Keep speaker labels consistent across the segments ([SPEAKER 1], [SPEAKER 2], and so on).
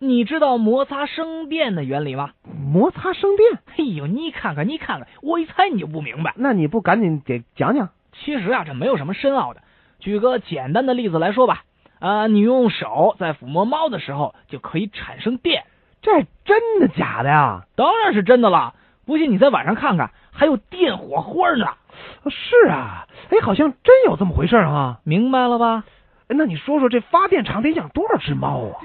[SPEAKER 1] 你知道摩擦生电的原理吗？
[SPEAKER 2] 摩擦生电，
[SPEAKER 1] 哎呦，你看看，你看看，我一猜你就不明白。
[SPEAKER 2] 那你不赶紧得讲讲？
[SPEAKER 1] 其实啊，这没有什么深奥的。举个简单的例子来说吧，啊、你用手在抚摸猫的时候就可以产生电，
[SPEAKER 2] 这真的假的呀？
[SPEAKER 1] 当然是真的了。不信你在网上看看，还有电火花呢。
[SPEAKER 2] 是啊，哎，好像真有这么回事儿啊。
[SPEAKER 1] 明白了吧？
[SPEAKER 2] 哎那你说说这发电厂得养多少只猫啊？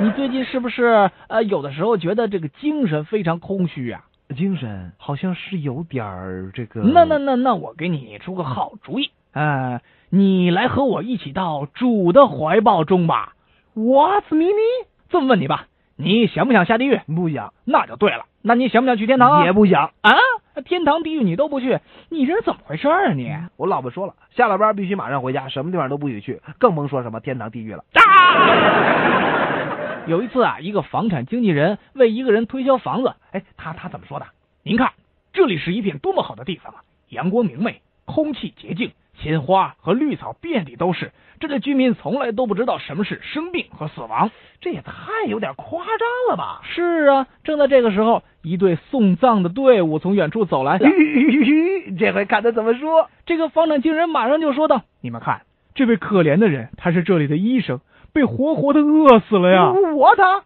[SPEAKER 1] 你最近是不是呃，有的时候觉得这个精神非常空虚啊？
[SPEAKER 2] 精神好像是有点儿这个
[SPEAKER 1] 那那那那，我给你出个好主意，
[SPEAKER 2] 哎
[SPEAKER 1] 呃，你来和我一起到主的怀抱中吧。
[SPEAKER 2] ，What's 咪咪？
[SPEAKER 1] 这么问你吧，你想不想下地狱？
[SPEAKER 2] 不养，
[SPEAKER 1] 那就对了。那你想不想去天堂啊？
[SPEAKER 2] 也不养。
[SPEAKER 1] 啊，天堂、地狱你都不去，你这人怎么回事儿啊你？
[SPEAKER 2] 嗯我老婆说了，下了班必须马上回家，什么地方都不许去，更甭说什么天堂地狱了。
[SPEAKER 1] 有一次啊，一个房产经纪人为一个人推销房子，
[SPEAKER 2] 哎，他他怎么说的？
[SPEAKER 1] 您看这里是一片多么好的地方啊，阳光明媚，空气洁净，鲜花和绿草遍地都是。这里居民从来都不知道什么是生病和死亡。
[SPEAKER 2] 这也太有点夸张了吧？
[SPEAKER 1] 是啊，正在这个时候，一队送葬的队伍从远处走
[SPEAKER 2] 哎
[SPEAKER 1] 来。
[SPEAKER 2] 这回看他怎么说。
[SPEAKER 1] 这个房产经纪人马上就说道：“你们看，这位可怜的人，他是这里的医生，被活活的饿死了呀！
[SPEAKER 2] 我他